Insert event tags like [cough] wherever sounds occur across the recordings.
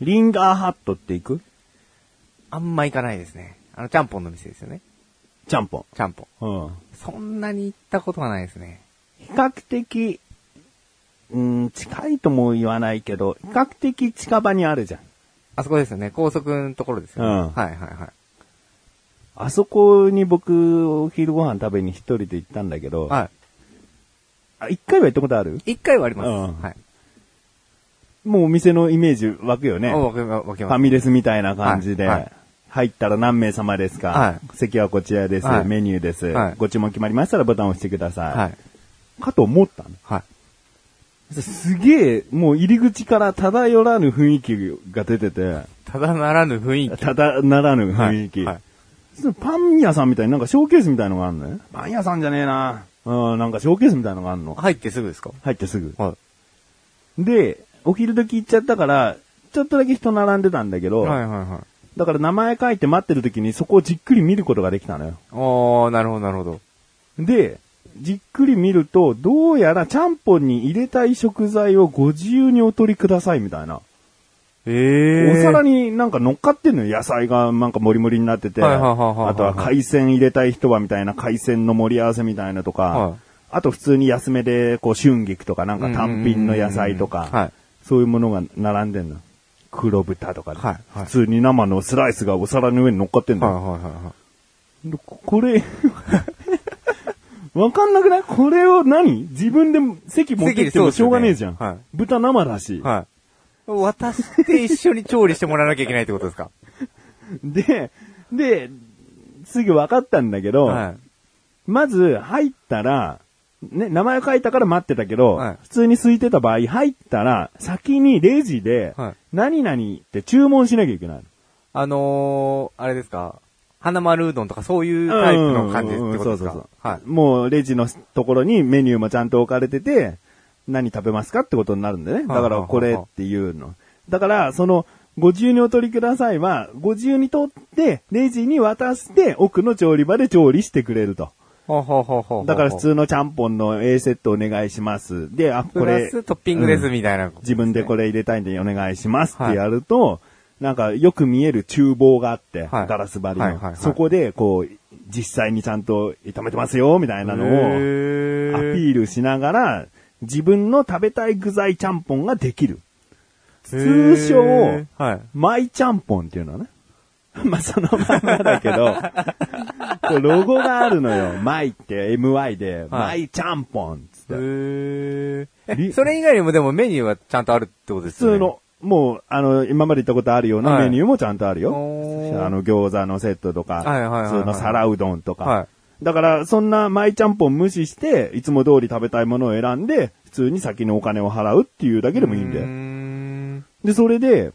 リンガーハットって行くあんま行かないですね。あの、ちゃんぽんの店ですよね。ちゃんぽちゃんぽん。ん。うん。そんなに行ったことがないですね。比較的、うん、近いとも言わないけど、比較的近場にあるじゃん。あそこですよね。高速のところですよね。うんはいはいはい。あそこに僕、お昼ご飯食べに一人で行ったんだけど、はあ一回は行ったことあるい。一回はあります。うんはい。もうお店のイメージ湧くよね。おフわけわわけまァす。ミレスみたいな感じで、はいはい入ったら何名様ですか、は席はこちらです、はいメニューです、はいご注文決まりましたらボタンを押してください。はい。かと思ったの。はい。すげえ、もう入り口から漂らぬ雰囲気が出てて、ただならぬ雰囲気。ただならぬ雰囲気。はいはいそのパン屋さんみたいになんかショーケースみたいのがあるのね。パン屋さんじゃねえな。うん、なんかショーケースみたいのがあるの。入ってすぐですか入ってすぐ。はで、お昼時行っちゃったから、ちょっとだけ人並んでたんだけど、い。はいはいはい。だから名前書いて待ってる時にそこをじっくり見ることができたのよ。おー、なるほどなるほど。で、じっくり見ると、どうやらちゃんぽんに入れたい食材をご自由にお取りくださいみたいな。えー。お皿になんか乗っかってんのよ。野菜がなんかもりもりになってて。はいはいはいはいはいあとは海鮮入れたい人はみたいな海鮮の盛り合わせみたいなとか。はいあと普通に安めで、こう春菊とかなんか単品の野菜とうんうんうんうんはかい。そういうものが並んでんの。黒豚とかで、はいはい普通に生のスライスがお皿の上に乗っかってんのはいよ。はいはいはい。でここれ、 [laughs] わかんなくないこれを何自分で席持ってきてもしょうがねえじゃん。席そうですよねはい豚生だし。はい。渡して一緒に調理してもらわなきゃいけないってことですかで、で、すぐ分かったんだけど、はい。まず入ったら、ね、名前書いたから待ってたけど、はい普通に空いてた場合、入ったら、先にレジではい、何々って注文しなきゃいけない。あのー、あれですか花丸うどんとかそういうタイプの感じってことですかうんうんうんそうそうそうはい。もうレジのところにメニューもちゃんと置かれてて、何食べますかってことになるんだね。だからはあこれっていうの。だから、その、ご自由にお取りくださいは、ご自由に取って、レジに渡して、奥の調理場で調理してくれると。ほうほうほうほうほうだから普。通のちゃんぽんの A セットお願いします。で、あ、こプラれ、ストッピングですうんみたいな、自分でこれ入れたいんでお願いしますっはていやると、なんかよく見える厨房があって、はいガラス張りはいはいはの。いそこで、こう、実際にちゃんと炒めてますよ、みたいなのへをアピーールしながら、自分の食べたい具材ちゃんぽんができる。通称へーはい。マイちゃんぽんっていうのはね。 [laughs] まあ、そのまんまだけ [laughs] ど、こうロゴがあるのよ。マイって MY で、マイちゃんぽんっつって。へーえりそれ以外にもでもメニューはちゃんとあるってこと普ですよね。通の、もう、あの、今まで行ったことあるようなはいメニューもちゃんとあるよ。おーあの、餃子のセットとか、はいはいはいはい普通の皿うどんとか。はだから、そんな、マイちゃんぽん無視して、いつも通り食べたいものを選んで、普通に先にお金を払うっていうだけでもいいんだうーよ。んで、それで、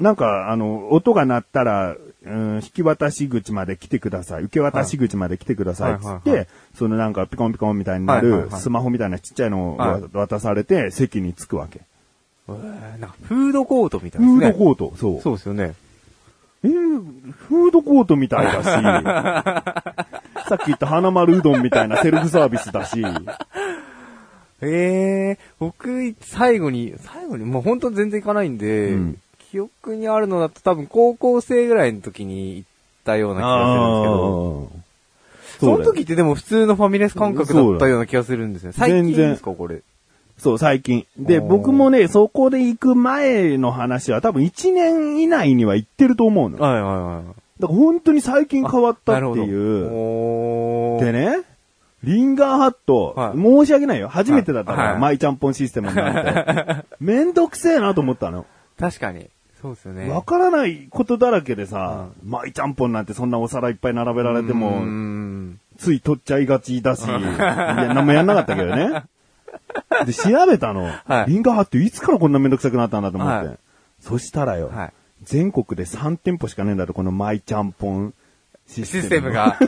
なんか、あの、音が鳴ったら、うん、引き渡し口まで来てください。受け渡し口まで来てください。はいつっはいはいはて、そのなんかピコンピコンみたいになはいはいる、はいスマホみたいなちっちゃいのをはわい渡されて、席に着くわけ。えーなんかフードコートみたいですフね。ードコート、そう。そうですよね。えーフードコートみたいだし、さ [laughs] っき言った花丸うどんみたいなセルフサービスだし、ええ僕、最後に、最後に、もう本当全然行かないんで、うん記憶にあるのだと多分高校生ぐらいの時に行ったような気がするんですけど、そそうだよの時ってでも普通のファミレス感覚だったような気がするんですね。そうだ最よ近ですか、これ。そう、最近。で、おー僕もね、そこで行く前の話は多分1年以内には行ってると思うの。だかはいはいはい。ら本当に最近変わったなっるほてど。いう。おーでね、リンガーハット、はい申し訳ないよ。初めてだったから、はいマイちゃんぽんシステムに [laughs] なって。めんどくせえなと思ったの。確かに。そうですよね。わからないことだらけでさ、マイちゃんぽんなんてそんなお皿いっぱい並べられてうーも、ん。つい取っちゃいがちだ [laughs] し、いや、何もやんなかったけどね。で、調べたの。はいリンガーハットいつからこんなめんどくさくなったんだと思って。はいそしたらよ、はい全国で3店舗しかねえんだと、このマイちゃんぽんシステシム。ステム。が、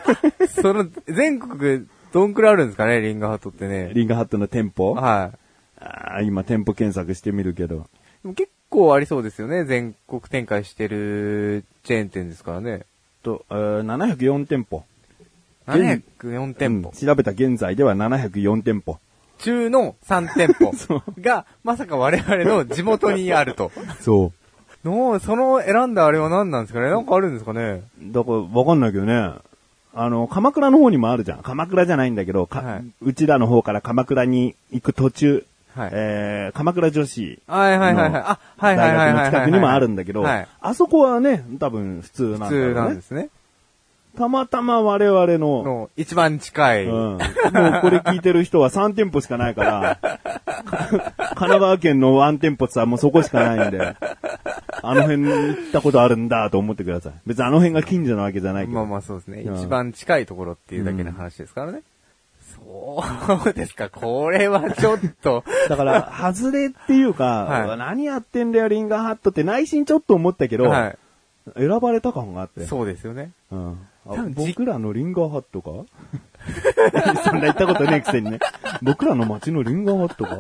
その、全国、どんくらいあるんですかね、リンガーハットってね。リンガーハットの店舗はい。あー今店舗検索してみるけど。でも結構ありそうですよね。全国展開してるチェーン店ですからね。と、えー704店舗。現704店舗うん。調べた現在では704店舗。 [laughs] 中の3店舗が、まさか我々の地元にあると。そう。の、その選んだあれは何なんですかねなんかあるんですかねだから、わかんないけどね。あの、鎌倉の方にもあるじゃん。鎌倉じゃないんだけど、かはいうちらの方から鎌倉に行く途中、はいえー、鎌倉女子のはいはいはいはいあはいはいはいはい大学の近くにもあるんだけど、はいあそこはね、多分普通なんだ普ろ通うなんねで。すね。たまたま我々の、の、一番近い。うん、もうこれ聞いてる人は3店舗しかないから、 [laughs] 神奈川県の1店舗ってさ、もうそこしかないんで、あの辺に行ったことあるんだと思ってください。別にあの辺が近所なわけじゃないけど。まあまあそうですね。うん一番近いところっていうだけの話ですからね。そうですか。これはちょっ [laughs] と。だから、外れっていうか、はい何やってんだよ、リンガーハットって内心ちょっと思ったけど、は選ばれた感があって。い。そうですよね。うんあ多分じ僕らのリンガーハットか [laughs] そんな言ったことねえくせにね。僕らの街のリンガーハットか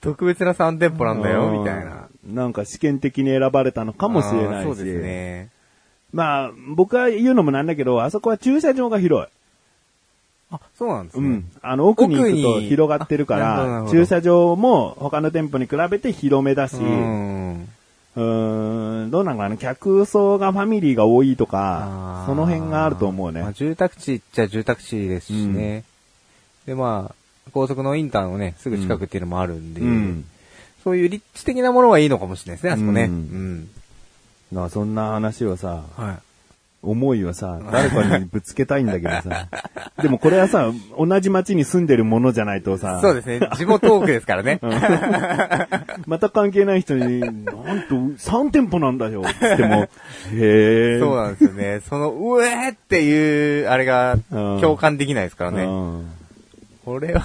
特別な3店舗なんだうよ、んみたいな。なんか試験的に選ばれたのかもしれないし。あーそうですね。まあ、僕は言うのもなんだけど、あそこは駐車場が広い。あ、そうなんですうね。ん。あの、奥に行くと奥に広がってるかあなるほどなるら、ほど駐車場も他の店舗に比べて広めだし、うん。うーん、どうなんかな、客層がファミリーが多いとあかー、その辺があると思うねまあ、。住宅地っちゃ住宅地ですしね。で、まあ、高速のインターのね、すぐ近くっていうのもあるんで、うん。そういう立地的なものはいいのかもしれないですね、あそこね。ううんん。まあそんな話をさ、はい。思いは [laughs] さ、誰かにぶつけたいんだけどさ。でもこれはさ、同じ町に住んでるものじゃないとさ、そうですね。地元トークですか [laughs] らね。また関係ない人に、なんと3店舗なんだよ、つっても、へえ。そうなんですよね。その、うえーっていう、あれが、うん共感できないですからね。うんこれは、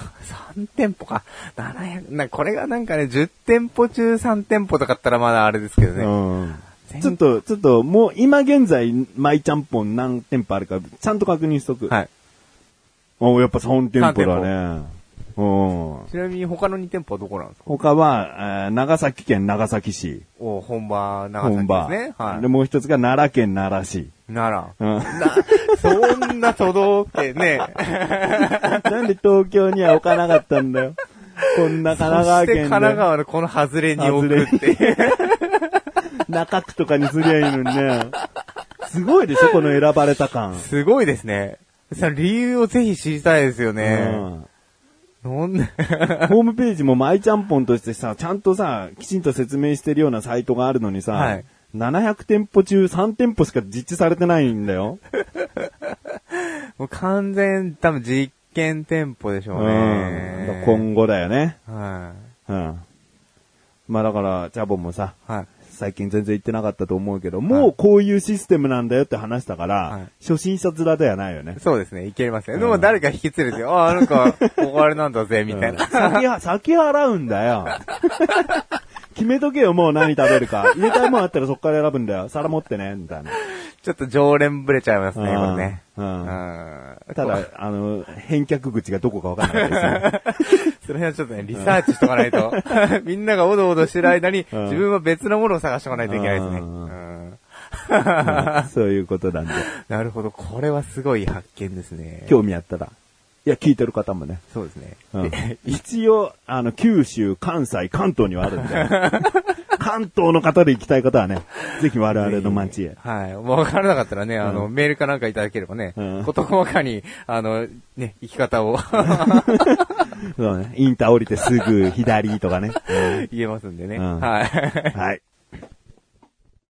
3店 [laughs] 舗か。700、な、これがなんかね、10店舗中3店舗とかだったらまだあれですけどね。うん全ちょっと、ちょっと、もう今現在、マイちゃんぽん何店舗あるか、ちゃんと確認しとく。はい。おやっぱ3店舗だね。うん。ちなみに他の2店舗はどこなんですか他は、えー長崎県長崎市。お、本場、長本崎場。ですね。はで、もう一つが奈良県奈良市。い。なら。うん [laughs] な、そんな都道府県ね。なんで東京には置かなかったんだよ。こんな [laughs] そ神奈し川て県神奈で川のこの外れに置くっていう。中区とかにすりゃいいのにね。すごいでしょ、この選ばれた感。すごいですね。その理由をぜひ知りたいですようね。んなん [laughs] でホームページもマイちゃんぽんとしてさ、ちゃんとさ、きちんと説明してるようなサイトがあるのにさ、はい700店舗中3店舗しか実地されてないんだよ。もう完全、多分実験店舗でしょううんね。。今後だよね。はうん。まあだから、チャボンもさ、い。はい。最近全然行ってなかったと思うけど、もうこういうシステムなんだよって話したから、はい初心者面ではないよね。そうですね、いけますね。んでも誰か引き連れて、ああ、なんか、ここあれなんだぜ、みたいな。先は、 [laughs] 先払うんだよ。 [laughs] 決めとけよ、もう何食べるか。入れたいもんあったらそっから選ぶんだよ。皿持ってね、みたいな。ちょっと常連ぶれちゃいますね、こうんれね。うんうんた [laughs] だ、あの、返却口がどこかわかんないですね。その辺はちょっとね、リサーチしとかないと。 [laughs] みんながおどおどしてる間に、うん自分は別のものを探しておかないといけないですね。ううんんうんそういうことなんで、なるほど。これはすごい発見ですね。興味あったら。いや、聞いてる方もね。そうですね。うん [laughs] 一応、あの、九州、関西、関東にはあるんで。 [laughs] 関東の方で行きたい方はね、ぜひ我々の街へ。はい。もう分からなかったらね、あの、メールかなんかいただければね、うん事細かに、あの、ね、生き方をそうね。インター降りてすぐ左とかね。 [laughs] [laughs] 言えますんでね。うんはい。はい。